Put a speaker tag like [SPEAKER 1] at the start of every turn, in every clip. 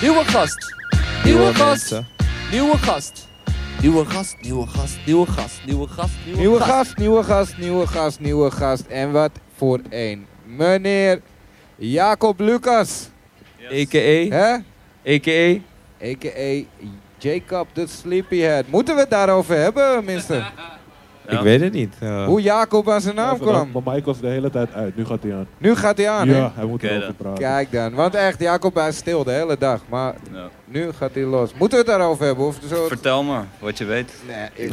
[SPEAKER 1] Nieuwe gast. Nieuwe gast. Nieuwe gast. Nieuwe gast, nieuwe gast, nieuwe gast, nieuwe gast,
[SPEAKER 2] Nieuwe gast, nieuwe gast, nieuwe gast, nieuwe gast. En wat voor een. Meneer Jacob Lucas.
[SPEAKER 1] A.k.a.
[SPEAKER 2] Hè?
[SPEAKER 1] A.k.a.
[SPEAKER 2] A.k.a. Jacob the Sleepyhead. Moeten we het daarover hebben, mister?
[SPEAKER 1] Ik weet het niet. eh.
[SPEAKER 2] Hoe Jacob aan zijn naam kwam.
[SPEAKER 3] Maar Mike was de hele tijd uit. Nu gaat hij aan.
[SPEAKER 2] Nu gaat hij
[SPEAKER 4] Ah,
[SPEAKER 2] aan, hè?
[SPEAKER 3] ja, hij moet
[SPEAKER 5] Oké
[SPEAKER 3] erover
[SPEAKER 5] dan.
[SPEAKER 3] praten.
[SPEAKER 2] Kijk dan, want echt, Jacob hij is stil de hele dag, maar
[SPEAKER 5] Ja.
[SPEAKER 2] nu gaat hij los. Moeten we het daarover hebben? Of zo?
[SPEAKER 5] Vertel me wat je weet.
[SPEAKER 2] Nee, ik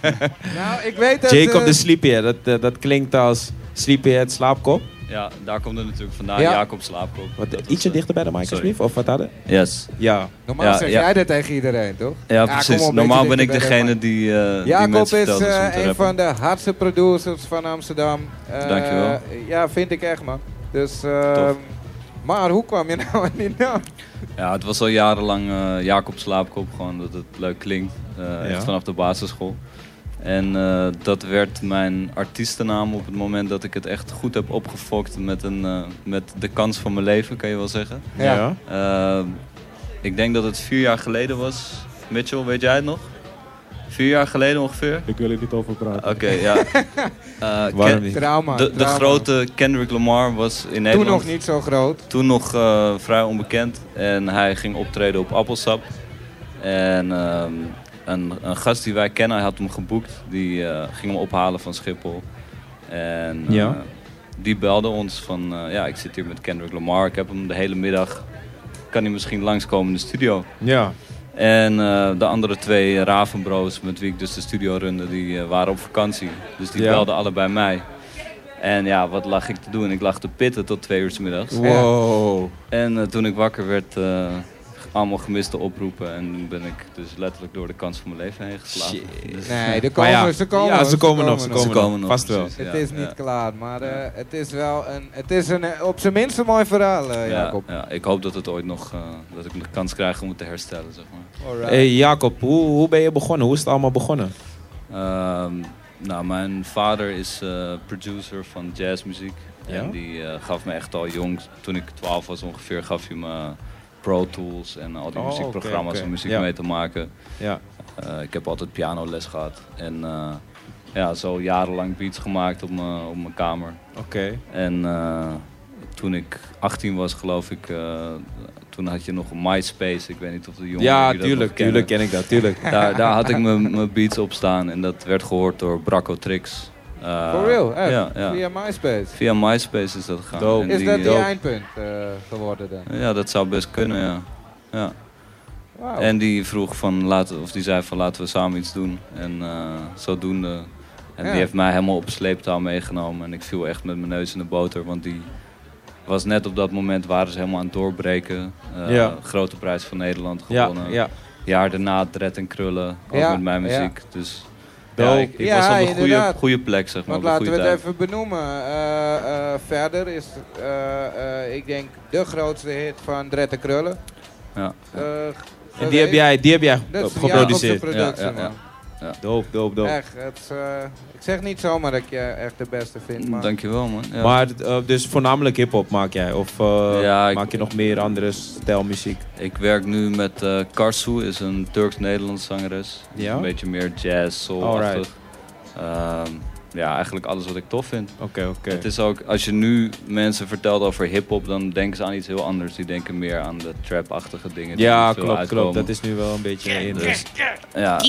[SPEAKER 2] Nou, ik weet dat...
[SPEAKER 6] Jacob
[SPEAKER 2] eh,
[SPEAKER 6] de Sleepyhead, dat, eh, dat klinkt als Sleepyhead slaapkop.
[SPEAKER 5] Ja, daar komt het natuurlijk vandaan.
[SPEAKER 2] Ja.
[SPEAKER 5] Jacob Slaapkop.
[SPEAKER 6] Wat,
[SPEAKER 5] Dat was,
[SPEAKER 6] ietsje
[SPEAKER 5] eh,
[SPEAKER 6] dichter bij de mic,
[SPEAKER 5] sorry.
[SPEAKER 6] alsjeblieft. Of wat hadden?
[SPEAKER 5] Yes.
[SPEAKER 6] Ja.
[SPEAKER 2] Normaal
[SPEAKER 5] Ja,
[SPEAKER 2] zeg
[SPEAKER 5] ja.
[SPEAKER 2] jij dat tegen iedereen, toch?
[SPEAKER 5] Ja,
[SPEAKER 2] kom
[SPEAKER 5] precies.
[SPEAKER 2] op,
[SPEAKER 5] Normaal
[SPEAKER 2] beetje
[SPEAKER 5] ben ik
[SPEAKER 2] dichter bij de
[SPEAKER 5] degene
[SPEAKER 2] mic.
[SPEAKER 5] die, eh die
[SPEAKER 2] Jacob
[SPEAKER 5] mensen
[SPEAKER 2] is
[SPEAKER 5] vertelt dus
[SPEAKER 2] eh,
[SPEAKER 5] om
[SPEAKER 2] een
[SPEAKER 5] te rappen.
[SPEAKER 2] van de hardste producers van Amsterdam. Eh,
[SPEAKER 5] Dankjewel.
[SPEAKER 2] Ja, vind ik echt, man. Dus, eh,
[SPEAKER 5] Tof.
[SPEAKER 2] maar hoe kwam je nou aan die naam?
[SPEAKER 5] Ja, het was al jarenlang eh, Jacob Slaapkop, gewoon dat het leuk klinkt. Eh, Echt vanaf de basisschool. En eh, dat werd mijn artiestennaam op het moment dat ik het echt goed heb opgefokt met, een, eh, met de kans van mijn leven, kan je wel zeggen.
[SPEAKER 2] Ja.
[SPEAKER 5] Eh, ik denk dat het vier jaar geleden was. Mitchell, weet jij het nog? Vier jaar geleden ongeveer?
[SPEAKER 3] Ik wil er niet over praten.
[SPEAKER 5] Oké, ja. Eh,
[SPEAKER 6] Waarom
[SPEAKER 5] Ken-
[SPEAKER 6] niet?
[SPEAKER 2] Trauma.
[SPEAKER 5] de, de
[SPEAKER 2] trauma.
[SPEAKER 5] grote Kendrick Lamar was in
[SPEAKER 2] Toen
[SPEAKER 5] Nederland
[SPEAKER 2] nog niet zo groot.
[SPEAKER 5] toen nog eh, vrij onbekend. En hij ging optreden op Appelsap. En ehm, een, een gast die wij kennen, hij had hem geboekt. Die eh, ging hem ophalen van Schiphol. En eh,
[SPEAKER 6] Ja.
[SPEAKER 5] die belde ons van... eh, ja, ik zit hier met Kendrick Lamar. Ik heb hem de hele middag... Kan hij misschien langskomen in de studio?
[SPEAKER 6] Ja.
[SPEAKER 5] En eh, de andere twee eh, Ravenbro's met wie ik dus de studio runde, die eh, waren op vakantie. Dus die
[SPEAKER 6] Ja.
[SPEAKER 5] belden allebei mij. En ja, wat lag ik te doen? Ik lag te pitten tot twee uur 's middags.
[SPEAKER 6] Wow.
[SPEAKER 5] En eh, toen ik wakker werd, eh, allemaal gemiste oproepen. En toen ben ik dus letterlijk door de kans van mijn leven heen geslagen. Dus,
[SPEAKER 2] Nee, de
[SPEAKER 6] Maar
[SPEAKER 2] komen,
[SPEAKER 6] ja,
[SPEAKER 2] ze komen.
[SPEAKER 6] ja, ze komen nog, ze komen
[SPEAKER 5] Ze komen
[SPEAKER 6] nog.
[SPEAKER 5] nog,
[SPEAKER 6] Vast wel.
[SPEAKER 5] precies.
[SPEAKER 2] Het
[SPEAKER 5] Ja,
[SPEAKER 2] is niet
[SPEAKER 5] ja.
[SPEAKER 2] klaar, maar eh, het is wel een, het is een, eh, op zijn minst een mooi verhaal, eh,
[SPEAKER 5] ja,
[SPEAKER 2] Jacob.
[SPEAKER 5] ja, ik hoop dat, het ooit nog, eh, dat ik nog kans krijg om het te herstellen, zeg maar.
[SPEAKER 2] Alright.
[SPEAKER 6] Hey Jacob, hoe, hoe ben je begonnen? Hoe is het allemaal begonnen?
[SPEAKER 5] Ehm, nou, mijn vader is eh, producer van jazzmuziek.
[SPEAKER 6] Ja?
[SPEAKER 5] En die eh, gaf me echt al jong, toen ik 12 was ongeveer, gaf hij me Pro Tools en al die
[SPEAKER 6] Oh,
[SPEAKER 5] muziekprogramma's
[SPEAKER 6] oké, oké.
[SPEAKER 5] om muziek
[SPEAKER 6] Ja.
[SPEAKER 5] mee te maken.
[SPEAKER 6] Ja.
[SPEAKER 5] Eh, ik heb altijd pianoles gehad. En eh, ja, zo jarenlang beats gemaakt op mijn op mijn kamer.
[SPEAKER 6] Oké.
[SPEAKER 5] En eh, toen ik 18 was, geloof ik, eh, toen had je nog een MySpace. Ik weet niet of de jongeren
[SPEAKER 6] Ja,
[SPEAKER 5] die dat nog
[SPEAKER 6] tuurlijk,
[SPEAKER 5] kennen.
[SPEAKER 6] tuurlijk ken ik dat, tuurlijk.
[SPEAKER 5] Daar, daar had ik mijn mijn beats op staan en dat werd gehoord door Bracco Trix. Eh,
[SPEAKER 2] For real, echt.
[SPEAKER 5] Ja, ja. Via...
[SPEAKER 2] Via MySpace.
[SPEAKER 5] MySpace is dat gegaan.
[SPEAKER 6] Dope.
[SPEAKER 5] En
[SPEAKER 2] Is
[SPEAKER 5] die,
[SPEAKER 2] dat die
[SPEAKER 5] eh,
[SPEAKER 2] eindpunt eh, geworden dan?
[SPEAKER 5] Ja, dat zou best kunnen, ja. ja.
[SPEAKER 2] Wauw.
[SPEAKER 5] En die vroeg van laten, of die zei van laten we samen iets doen. En eh, zodoende. En
[SPEAKER 2] Ja.
[SPEAKER 5] die heeft mij helemaal op sleeptouw meegenomen. En ik viel echt met mijn neus in de boter. Want die was net op dat moment waren ze helemaal aan het doorbreken. Eh,
[SPEAKER 6] Ja.
[SPEAKER 5] Grote prijs van Nederland
[SPEAKER 6] Ja,
[SPEAKER 5] gewonnen.
[SPEAKER 6] ja.
[SPEAKER 5] Jaar daarna Dred en Krullen. Ook
[SPEAKER 2] Ja,
[SPEAKER 5] met mijn
[SPEAKER 2] ja.
[SPEAKER 5] muziek. Dus ja,
[SPEAKER 6] Dope.
[SPEAKER 5] ik, ik
[SPEAKER 2] Ja,
[SPEAKER 5] was op een goede,
[SPEAKER 2] inderdaad.
[SPEAKER 5] goede plek, zeg maar.
[SPEAKER 6] Nou,
[SPEAKER 2] Want
[SPEAKER 5] op een
[SPEAKER 2] laten we
[SPEAKER 5] goede
[SPEAKER 2] het
[SPEAKER 5] tijd.
[SPEAKER 2] even benoemen. Eh, eh, verder is, eh, eh, ik denk, de grootste hit van Drette Krullen.
[SPEAKER 5] Ja.
[SPEAKER 2] eh,
[SPEAKER 6] En die heb jij, die heb jij
[SPEAKER 2] Dat is
[SPEAKER 6] geproduceerd.
[SPEAKER 2] Jacob's productie,
[SPEAKER 5] Ja, ja, ja.
[SPEAKER 2] man.
[SPEAKER 6] Doop, doop, doop.
[SPEAKER 2] Echt, het, is, eh, ik zeg niet zomaar dat ik je echt de beste vind, maar...
[SPEAKER 5] Dankjewel, man. Ja.
[SPEAKER 6] Maar eh, dus voornamelijk hip-hop maak jij? Of eh,
[SPEAKER 5] Ja, ik-
[SPEAKER 6] maak je nog meer andere stijl muziek?
[SPEAKER 5] Ik werk nu met eh, Karsu, is een Turks-Nederlands zangeres. Die is
[SPEAKER 6] Ja?
[SPEAKER 5] Een beetje meer jazz, soul-achtig.
[SPEAKER 6] Alright.
[SPEAKER 5] Ehm, ja, eigenlijk alles wat ik tof vind.
[SPEAKER 6] Oké, oké.
[SPEAKER 5] Het is ook, als je nu mensen vertelt over hip-hop, dan denken ze aan iets heel anders. Die denken meer aan de trap-achtige dingen. die
[SPEAKER 6] Ja,
[SPEAKER 5] nu veel
[SPEAKER 6] klopt, klopt.
[SPEAKER 5] uitkomen.
[SPEAKER 6] Dat is nu wel een beetje in. eh,
[SPEAKER 5] Dus, ja.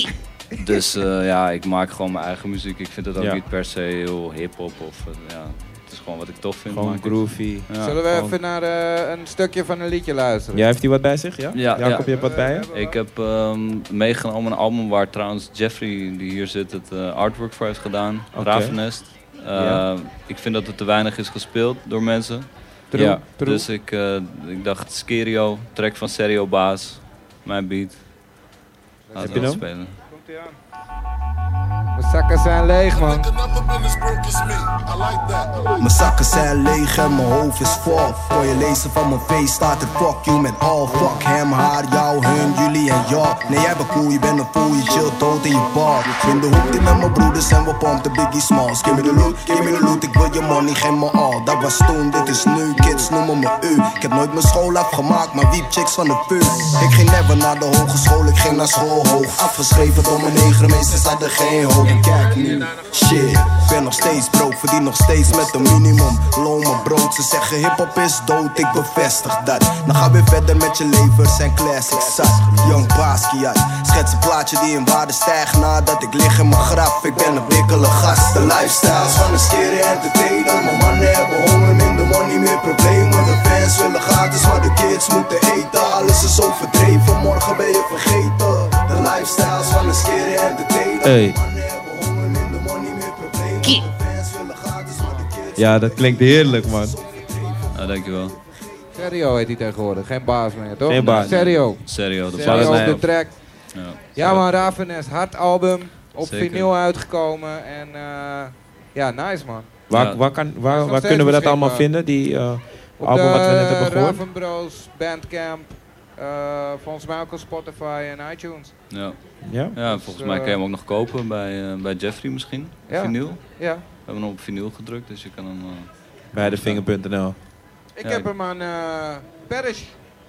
[SPEAKER 5] dus eh, ja, ik maak gewoon mijn eigen muziek. Ik vind het ook
[SPEAKER 6] Ja.
[SPEAKER 5] niet per se heel hip-hop. Of, eh, ja, het is gewoon wat ik tof vind. maak
[SPEAKER 6] Gewoon
[SPEAKER 5] ik.
[SPEAKER 6] groovy.
[SPEAKER 5] Ja.
[SPEAKER 2] Zullen we
[SPEAKER 6] gewoon-
[SPEAKER 2] even naar eh, een stukje van een liedje luisteren? Eh,
[SPEAKER 6] Jij heeft die wat bij zich, ja?
[SPEAKER 5] Ja,
[SPEAKER 6] Jacob,
[SPEAKER 5] ja.
[SPEAKER 6] je hebt wat bij je? eh,
[SPEAKER 5] Ik heb ehm, meegenomen een album waar trouwens Jeffrey, die hier zit, het eh, artwork voor heeft gedaan.
[SPEAKER 6] Oké.
[SPEAKER 5] Ravenest. Eh,
[SPEAKER 6] Ja.
[SPEAKER 5] Ik vind dat het te weinig is gespeeld door mensen.
[SPEAKER 2] True,
[SPEAKER 6] Ja,
[SPEAKER 2] true.
[SPEAKER 5] Dus ik, eh, ik dacht Skerio, track van Serio Baas, mijn beat. Laten
[SPEAKER 6] Heb
[SPEAKER 5] we
[SPEAKER 6] je hem?
[SPEAKER 5] dat spelen.
[SPEAKER 2] We Zakken zijn leeg, man.
[SPEAKER 7] Mijn zakken zijn leeg en mijn hoofd is vol. Voor je lezen van mijn face staat er fuck you met all. Fuck hem, haar, jou, hun, jullie en jou. Nee, jij bent cool, je bent een fool, je chill dood in je bal. In de hoek, die met mijn broeders en we pompen Biggie Smalls. Give me the loot, give me the loot, ik wil je money, geef me al. Dat was toen, dit is nu, kids noemen me u. Ik heb nooit mijn school afgemaakt, maar wiep chicks van de puur. Ik ging never naar de hogeschool, ik ging naar school hoog. Afgeschreven door mijn neger, meesters hadden geen hoop. En Kijk nu, shit, ben nog steeds brood, verdien nog steeds met een minimum. Loon mijn brood, ze zeggen hip-hop is dood, ik bevestig dat. Dan ga weer verder met je levers en classics zat. Young Basquiat, schets een plaatje die in waarde stijgt nadat ik lig in mijn graf. Ik ben een wikkele gast. De lifestyles van een skere entertainer. Mijn mannen hebben honger in de money, meer problemen. De fans willen gratis, maar de kids moeten eten. Alles is overdreven, morgen ben je vergeten. De lifestyles van een skere entertainer.
[SPEAKER 6] Hey. Ja, dat klinkt heerlijk, man.
[SPEAKER 5] Ah, dankjewel.
[SPEAKER 2] Serio heet die tegenwoordig. Geen baas meer, toch?
[SPEAKER 6] Geen baas.
[SPEAKER 2] Serio.
[SPEAKER 5] Serio, de
[SPEAKER 2] Serio
[SPEAKER 6] baas
[SPEAKER 2] op
[SPEAKER 6] mij
[SPEAKER 2] de
[SPEAKER 6] op.
[SPEAKER 2] track.
[SPEAKER 5] Ja.
[SPEAKER 2] Ja man, Ravenest, hard album. Op
[SPEAKER 5] Zeker.
[SPEAKER 2] vinyl uitgekomen. En eh, ja, nice man.
[SPEAKER 6] Waar,
[SPEAKER 5] Ja.
[SPEAKER 6] waar, kan, waar, waar
[SPEAKER 2] nog steeds
[SPEAKER 6] kunnen we dat allemaal vinden?
[SPEAKER 2] beschikbaar.
[SPEAKER 6] Die, eh,
[SPEAKER 2] Op
[SPEAKER 6] Album
[SPEAKER 2] de
[SPEAKER 6] wat we net hebben gehoord.
[SPEAKER 2] Raven Bros, Bandcamp. eh, volgens mij ook op Spotify en iTunes.
[SPEAKER 5] Ja.
[SPEAKER 6] ja?
[SPEAKER 5] ja, volgens mij kan je hem ook nog kopen bij, eh, bij Jeffrey misschien.
[SPEAKER 2] Ja.
[SPEAKER 5] Vinyl.
[SPEAKER 2] Ja.
[SPEAKER 5] We hebben hem op vinyl gedrukt, dus je kan hem... eh,
[SPEAKER 6] Bij devinger.nl.
[SPEAKER 2] Ik
[SPEAKER 5] Ja,
[SPEAKER 2] heb
[SPEAKER 5] ik-
[SPEAKER 2] hem aan eh Parrish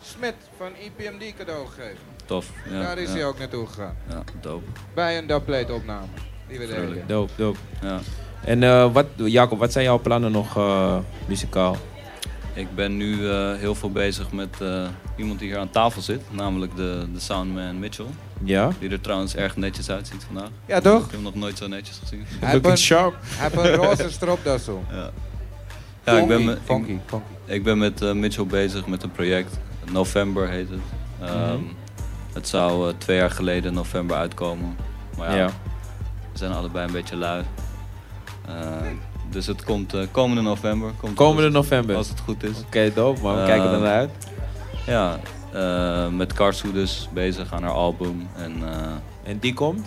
[SPEAKER 2] Smit van E EPMD cadeau gegeven.
[SPEAKER 5] tof. Ja,
[SPEAKER 2] Daar is
[SPEAKER 5] ja,
[SPEAKER 2] hij ook naartoe gegaan.
[SPEAKER 5] Ja, dope.
[SPEAKER 2] Bij een dubplate opname. Die we
[SPEAKER 5] Tuurlijk.
[SPEAKER 2] deden.
[SPEAKER 6] Doop, doop.
[SPEAKER 5] Ja.
[SPEAKER 6] En eh, wat, Jacob, wat zijn jouw plannen nog eh, muzikaal?
[SPEAKER 5] Ik ben nu eh, heel veel bezig met eh, iemand die hier aan tafel zit, namelijk de, de soundman Mitchell.
[SPEAKER 6] Ja?
[SPEAKER 5] Die er trouwens erg netjes uitziet vandaag.
[SPEAKER 2] Ja, toch?
[SPEAKER 5] Ik heb hem nog nooit zo netjes gezien.
[SPEAKER 2] Hij heeft een-
[SPEAKER 6] sharp.
[SPEAKER 2] hij heeft een roze stropdas om.
[SPEAKER 5] Ja, ik ben, me-
[SPEAKER 2] Funky,
[SPEAKER 5] ik,
[SPEAKER 2] funky, funky.
[SPEAKER 5] ik ben met eh, Mitchell bezig met een project. November heet het.
[SPEAKER 6] Mhm.
[SPEAKER 5] Ehm, Het zou eh, twee jaar geleden in november uitkomen. Maar ja,
[SPEAKER 6] Ja.
[SPEAKER 5] we zijn allebei een beetje lui. Eh, dus het komt eh, komende november. Komt het
[SPEAKER 6] Komende
[SPEAKER 5] als-
[SPEAKER 6] november.
[SPEAKER 5] Als
[SPEAKER 6] Oké,
[SPEAKER 5] het goed is.
[SPEAKER 6] doop, man. We
[SPEAKER 5] Eh,
[SPEAKER 6] kijken er naar uit.
[SPEAKER 5] Ja, eh, met Karsu dus bezig aan haar album. En eh, eh,
[SPEAKER 6] En die komt?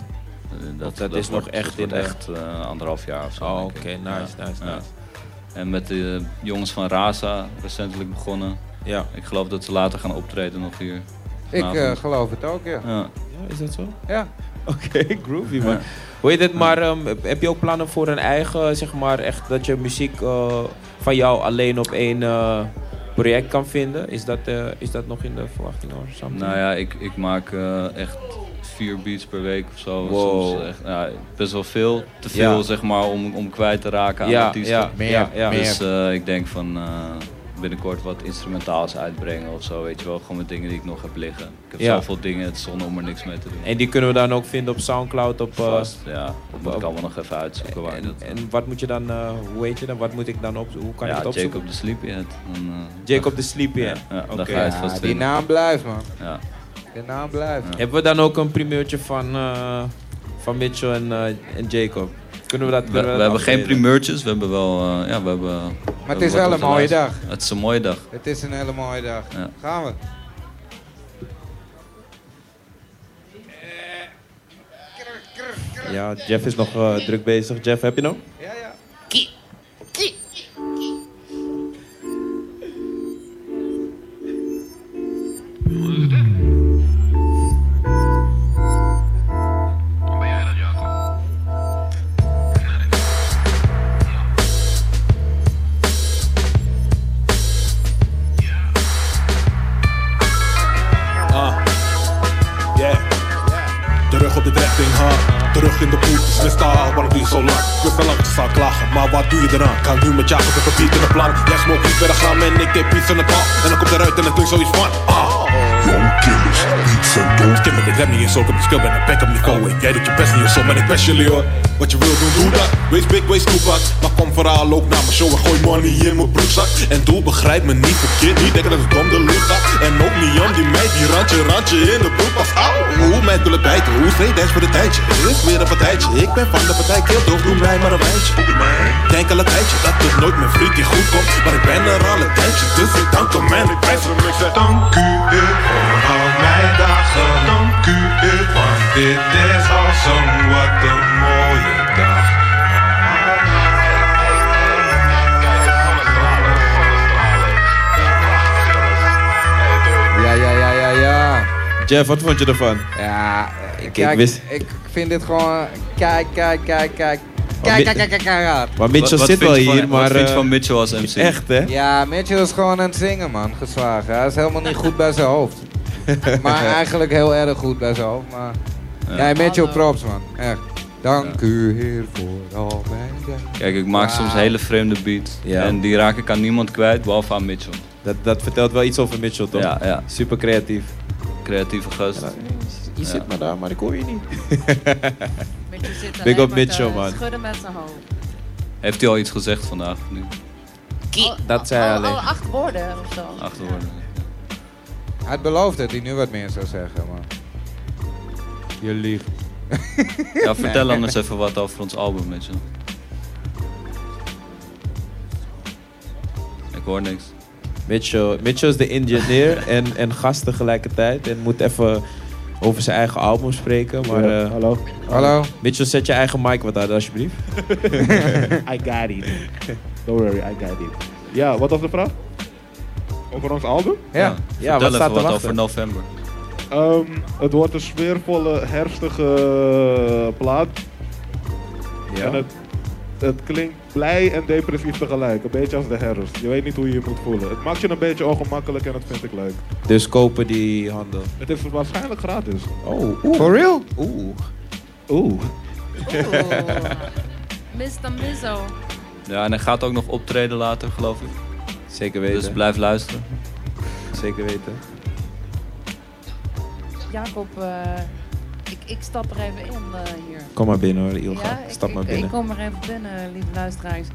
[SPEAKER 5] dat,
[SPEAKER 6] dat is nog
[SPEAKER 5] wordt-
[SPEAKER 6] echt
[SPEAKER 5] dat wordt
[SPEAKER 6] in de-
[SPEAKER 5] echt eh, anderhalf jaar of zo.
[SPEAKER 6] Oh,
[SPEAKER 5] denk ik.
[SPEAKER 6] oké. Nice,
[SPEAKER 5] Ja,
[SPEAKER 6] nice,
[SPEAKER 5] ja.
[SPEAKER 6] nice.
[SPEAKER 5] En met de jongens van Rasa recentelijk begonnen.
[SPEAKER 6] Ja.
[SPEAKER 5] Ik geloof dat ze later gaan optreden nog hier.
[SPEAKER 2] Ik eh,
[SPEAKER 5] Vanavond.
[SPEAKER 2] geloof het ook, ja.
[SPEAKER 5] Ja.
[SPEAKER 6] ja. Is dat zo?
[SPEAKER 2] Ja,
[SPEAKER 6] Oké, groovy, man. Hoe heet het, maar ehm, heb je ook plannen voor een eigen, zeg maar, echt dat je muziek eh, van jou alleen op één eh, project kan vinden? Is dat, eh, is dat nog in de verwachting of something?
[SPEAKER 5] Nou ja, ik, ik maak eh, echt vier beats per week of zo.
[SPEAKER 6] Wow.
[SPEAKER 5] Soms eh, echt, ja, best wel veel. Te veel,
[SPEAKER 6] Ja.
[SPEAKER 5] zeg maar, om, om kwijt te raken aan
[SPEAKER 6] ja,
[SPEAKER 5] artiesten.
[SPEAKER 6] ja,
[SPEAKER 2] Meer,
[SPEAKER 6] ja, ja.
[SPEAKER 5] Dus eh, ik denk van eh, binnenkort wat instrumentaals uitbrengen of zo, weet je wel. Gewoon met dingen die ik nog heb liggen. Ik heb
[SPEAKER 6] Ja.
[SPEAKER 5] zoveel dingen, het is zonde om er niks mee te doen.
[SPEAKER 6] En die kunnen we dan ook vinden op Soundcloud, op... eh,
[SPEAKER 5] Vast, ja, dat moet ik
[SPEAKER 6] op-
[SPEAKER 5] allemaal nog even uitzoeken waar je
[SPEAKER 6] en,
[SPEAKER 5] dat...
[SPEAKER 6] en wat moet je dan, eh, hoe heet je dan, wat moet ik dan op, hoe kan
[SPEAKER 5] ja,
[SPEAKER 6] ik het opzoeken?
[SPEAKER 5] Jacob de Sleepyhead. Dan, eh,
[SPEAKER 6] Jacob de Sleepy,
[SPEAKER 5] ja,
[SPEAKER 6] hè?
[SPEAKER 5] ja, dan
[SPEAKER 6] Oké.
[SPEAKER 5] ga je het
[SPEAKER 2] Ja,
[SPEAKER 5] vast
[SPEAKER 2] die
[SPEAKER 5] vinden.
[SPEAKER 2] naam blijft, man.
[SPEAKER 5] Ja.
[SPEAKER 2] Die naam blijft.
[SPEAKER 6] Hebben we dan ook een primeurtje van, eh, van Mitchell en, eh, en Jacob? Kunnen we dat
[SPEAKER 5] We, we
[SPEAKER 6] kunnen dat
[SPEAKER 5] hebben geen
[SPEAKER 6] afdelen?
[SPEAKER 5] primeurtjes, we hebben wel... eh, ja, we hebben, we
[SPEAKER 2] Maar het
[SPEAKER 5] hebben
[SPEAKER 2] is
[SPEAKER 5] wat
[SPEAKER 2] wel een
[SPEAKER 5] op de
[SPEAKER 2] mooie
[SPEAKER 5] lijst.
[SPEAKER 2] dag.
[SPEAKER 5] Het is een mooie dag.
[SPEAKER 2] Het is een hele mooie dag.
[SPEAKER 5] Ja.
[SPEAKER 2] Gaan we.
[SPEAKER 6] Ja, Jeff is nog eh, druk bezig. Jeff, heb je nog?
[SPEAKER 2] Ja, ja.
[SPEAKER 8] Yeah. Terug op de drafting, huh? Terug in de poel, het is net staal, maar het duurt zo lang. Ik wil lang staan klagen, maar wat doe je eraan? Kan nu met jagen op een beat in de plank. Jij smoke niet weer een gram en ik tip iets in het bal. En dan komt eruit en het doet zoiets van, ah.
[SPEAKER 9] Young killers, beats and dope.
[SPEAKER 8] Skimmen, ik rem niet eens op, ik skill ben een backup niveau. En jij doet je best niet eens op, maar ik best jullie hoor. Wat je wil doen, doe dat. Wees big, wees toepak. Maar kom vooral ook naar mijn show en gooi money in mijn broekzak. En doe, begrijp me niet verkeerd, niet denken dat het om de lucht gaat. En ook niet om die meid, die randje, randje in de broek was. Auw, hoe mij willen bijten, hoe vreed is voor de tijdje. Er is weer een partijtje, ik ben van de partij, keel door, doe mij maar een wijntje. Denk al een tijdje dat het nooit mijn vriendje goed komt. Maar ik ben er al een tijdje, dus ik dank hem en ik prijs hem. Ik zeg dank u, heer, voor al mijn dagen. Dank u, heer, want dit is awesome, wat een mooie dag.
[SPEAKER 6] Jeff, wat vond je ervan?
[SPEAKER 2] Ja, kijk,
[SPEAKER 6] ik
[SPEAKER 2] ik,
[SPEAKER 6] wist-
[SPEAKER 2] vind dit gewoon... Kijk, kijk, kijk, kijk. Kijk,
[SPEAKER 6] mi-
[SPEAKER 2] kijk, kijk, kijk, kijk, raar.
[SPEAKER 6] Maar Mitchell
[SPEAKER 5] Wat- wat
[SPEAKER 6] zit
[SPEAKER 5] vind
[SPEAKER 6] wel
[SPEAKER 5] je van-
[SPEAKER 6] hier, maar...
[SPEAKER 5] Wat vind je
[SPEAKER 6] eh,
[SPEAKER 5] van Mitchell als MC?
[SPEAKER 6] Echt, eh, hè?
[SPEAKER 2] Ja, Mitchell is gewoon aan het zingen, man. Geslagen. Hij is helemaal niet goed bij zijn hoofd. maar eigenlijk heel erg goed bij zijn hoofd. Maar... Ja, Mitchell props, man. Echt. Dank u heer voor al mijn dingen.
[SPEAKER 5] Kijk, ik maak soms
[SPEAKER 2] Wauw.
[SPEAKER 5] hele vreemde beats.
[SPEAKER 6] Ja.
[SPEAKER 5] En die raak ik aan niemand kwijt, behalve aan Mitchell.
[SPEAKER 6] Dat, dat vertelt wel iets over Mitchell, toch?
[SPEAKER 5] Ja, ja.
[SPEAKER 6] Super creatief.
[SPEAKER 5] Creatieve gast.
[SPEAKER 6] Je zit maar daar, maar ik hoor je niet.
[SPEAKER 10] Mitchell zit
[SPEAKER 6] Big
[SPEAKER 10] alleen
[SPEAKER 6] up
[SPEAKER 10] maar eh,
[SPEAKER 6] Mitchell,
[SPEAKER 10] te
[SPEAKER 6] man.
[SPEAKER 10] Schudden met zijn hoofd.
[SPEAKER 5] Heeft hij al iets gezegd vandaag? of niet?
[SPEAKER 10] Al-
[SPEAKER 6] dat zei Ah. hij
[SPEAKER 10] al-
[SPEAKER 6] alleen.
[SPEAKER 10] Al Oh, acht woorden of zo.
[SPEAKER 5] Acht woorden.
[SPEAKER 2] Hij had beloofd dat hij nu wat meer zou zeggen, man. Je liegt.
[SPEAKER 5] Ja, vertel anders even wat over ons album, Mitchell. Ik hoor niks.
[SPEAKER 6] Mitchell, Mitchell is de engineer en, en gast tegelijkertijd. En moet even over zijn eigen album spreken. Maar
[SPEAKER 3] Ja,
[SPEAKER 6] eh,
[SPEAKER 3] hallo.
[SPEAKER 2] Hallo?
[SPEAKER 6] Mitchell, zet je eigen mic wat harder alsjeblieft.
[SPEAKER 4] I got it. Don't worry, I got it. Ja, wat was de vraag? Over ons album?
[SPEAKER 2] Ja.
[SPEAKER 6] Ja,
[SPEAKER 5] vertel
[SPEAKER 6] wat staat
[SPEAKER 5] even
[SPEAKER 6] te
[SPEAKER 5] wat
[SPEAKER 6] wachten?
[SPEAKER 5] over november.
[SPEAKER 4] Ehm, het wordt een sfeervolle, herfstige eh, plaat. En het, het klinkt blij en depressief tegelijk. Een beetje als de herfst. Je weet niet hoe je je moet voelen. Het maakt je een beetje ongemakkelijk en dat vind ik leuk.
[SPEAKER 6] Dus kopen die handel.
[SPEAKER 4] Het is waarschijnlijk gratis.
[SPEAKER 6] Oh, oeh.
[SPEAKER 2] For real?
[SPEAKER 6] Oeh.
[SPEAKER 4] Oeh.
[SPEAKER 10] Oeh. Mr. Mizzo.
[SPEAKER 5] Ja, en hij gaat ook nog optreden later, geloof ik.
[SPEAKER 6] Zeker
[SPEAKER 5] Dus
[SPEAKER 6] weten.
[SPEAKER 5] blijf luisteren.
[SPEAKER 6] Zeker weten.
[SPEAKER 10] Jacob, eh, ik, ik stap er even in eh, hier.
[SPEAKER 6] Kom maar binnen hoor, Ilga.
[SPEAKER 10] ik-
[SPEAKER 6] Stap maar
[SPEAKER 10] ik,
[SPEAKER 6] binnen.
[SPEAKER 10] Ik kom er even binnen, lieve luisteraars.